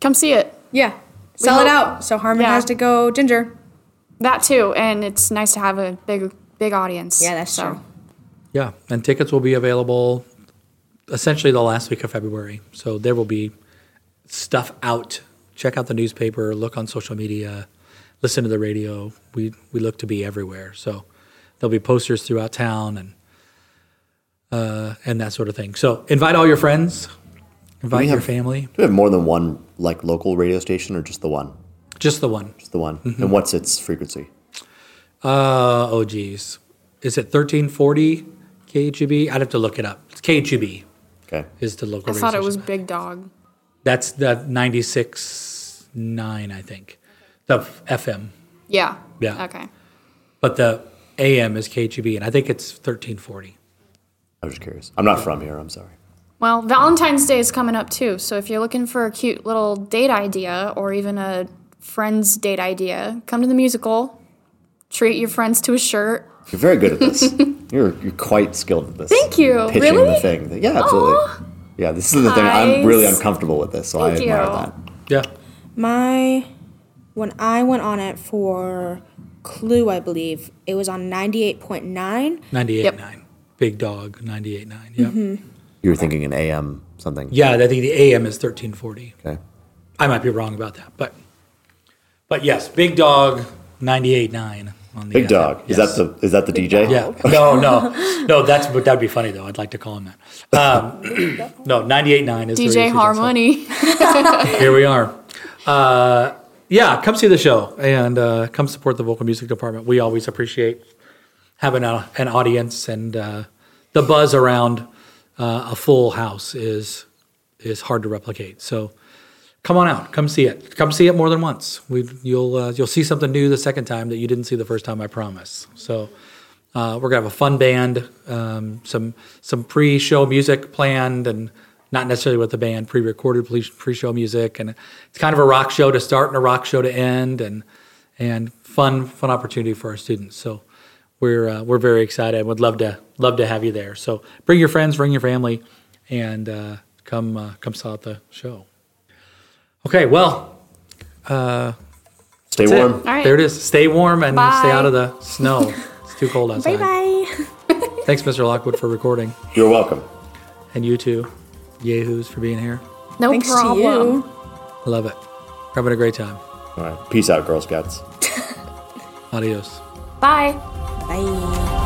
[SPEAKER 3] Come see it.
[SPEAKER 4] Yeah. Sell
[SPEAKER 3] hope-
[SPEAKER 4] it out. So Harmon
[SPEAKER 3] Yeah.
[SPEAKER 4] has to go ginger.
[SPEAKER 3] That too, and it's nice to have a big big audience.
[SPEAKER 4] Yeah, that's
[SPEAKER 3] so.
[SPEAKER 4] true.
[SPEAKER 1] Yeah, and tickets will be available essentially the last week of February. So there will be stuff out. Check out the newspaper, look on social media, listen to the radio. We we look to be everywhere. So there'll be posters throughout town and uh, and that sort of thing. So invite all your friends, invite
[SPEAKER 2] We
[SPEAKER 1] your
[SPEAKER 2] have-
[SPEAKER 1] family.
[SPEAKER 2] Do we have more than one like local radio station or just the one?
[SPEAKER 1] Just the one.
[SPEAKER 2] Just the one.
[SPEAKER 3] Mm-hmm.
[SPEAKER 2] And what's its frequency?
[SPEAKER 1] Uh, oh geez, is it thirteen forty KHUB? I'd have to look it up. It's KHUB
[SPEAKER 2] Okay.
[SPEAKER 1] is the local.
[SPEAKER 3] I
[SPEAKER 1] radio
[SPEAKER 3] thought it
[SPEAKER 1] station.
[SPEAKER 3] was Big Dog.
[SPEAKER 1] That's the 96 9, I think, the f- FM.
[SPEAKER 3] Yeah.
[SPEAKER 1] Yeah.
[SPEAKER 3] Okay.
[SPEAKER 1] But the AM is KGB, and I think it's 1340.
[SPEAKER 2] I'm just curious. I'm not from here. I'm sorry.
[SPEAKER 3] Well, Valentine's Day is coming up too, so if you're looking for a cute little date idea or even a friend's date idea, come to the musical. Treat your friends to a shirt.
[SPEAKER 2] You're very good at this. you're you're quite skilled at this.
[SPEAKER 3] Thank you.
[SPEAKER 2] Pitching
[SPEAKER 3] Really?
[SPEAKER 2] the thing. Yeah, absolutely.
[SPEAKER 3] Aw.
[SPEAKER 2] Yeah, this is the thing. I'm
[SPEAKER 3] Nice.
[SPEAKER 2] really uncomfortable with this, so
[SPEAKER 3] Thank
[SPEAKER 2] I admire
[SPEAKER 3] you.
[SPEAKER 2] that.
[SPEAKER 1] Yeah.
[SPEAKER 4] My when I went on it for Clue, I believe it was on ninety eight point nine.
[SPEAKER 1] 98
[SPEAKER 3] Yep. Mm-hmm.
[SPEAKER 1] 9. Big Dog, 98 9. Yeah.
[SPEAKER 2] You were thinking an AM something.
[SPEAKER 1] Yeah, I think the AM is 1340.
[SPEAKER 2] Okay.
[SPEAKER 1] I might be wrong about that, but but yes, Big Dog, 98 9 on the
[SPEAKER 2] Big
[SPEAKER 1] FM.
[SPEAKER 2] dog. Is
[SPEAKER 1] Yes.
[SPEAKER 2] that the is that the DJ?
[SPEAKER 1] Yeah. No, no. No, that's but that'd be funny though. I'd like to call him that. Um, no, 98.9 is the
[SPEAKER 3] DJ
[SPEAKER 1] radio station, so-
[SPEAKER 3] Harmony.
[SPEAKER 1] here we are. Uh, yeah, come see the show and uh, come support the vocal music department. We always appreciate having a, an audience and uh, the buzz around uh, a full house is is hard to replicate. So come on out, come see it, come see it more than once. We you'll uh, you'll see something new the second time that you didn't see the first time. I promise. So. Uh, we're gonna have a fun band, um, some some pre-show music planned, and not necessarily with the band, pre-recorded pre- pre-show music, and it's kind of a rock show to start and a rock show to end, and and fun fun opportunity for our students. So we're uh, we're very excited. Would love to love to have you there. So bring your friends, bring your family, and uh, come uh, come saw out the show. Okay, well
[SPEAKER 2] Stay
[SPEAKER 1] that's it.
[SPEAKER 2] warm.
[SPEAKER 3] All right.
[SPEAKER 1] there it is. Stay warm and
[SPEAKER 3] Bye.
[SPEAKER 1] stay out of the snow. it's too cold outside.
[SPEAKER 4] Bye bye.
[SPEAKER 1] Thanks, Mr. Lockwood, for recording.
[SPEAKER 2] You're welcome.
[SPEAKER 1] And you too, yahoos, for being here.
[SPEAKER 3] No
[SPEAKER 4] Thanks to
[SPEAKER 3] problem.
[SPEAKER 4] you.
[SPEAKER 1] I love it. Having a great time.
[SPEAKER 2] All right. Peace out, Girl Scouts.
[SPEAKER 1] Adios.
[SPEAKER 3] Bye.
[SPEAKER 4] Bye.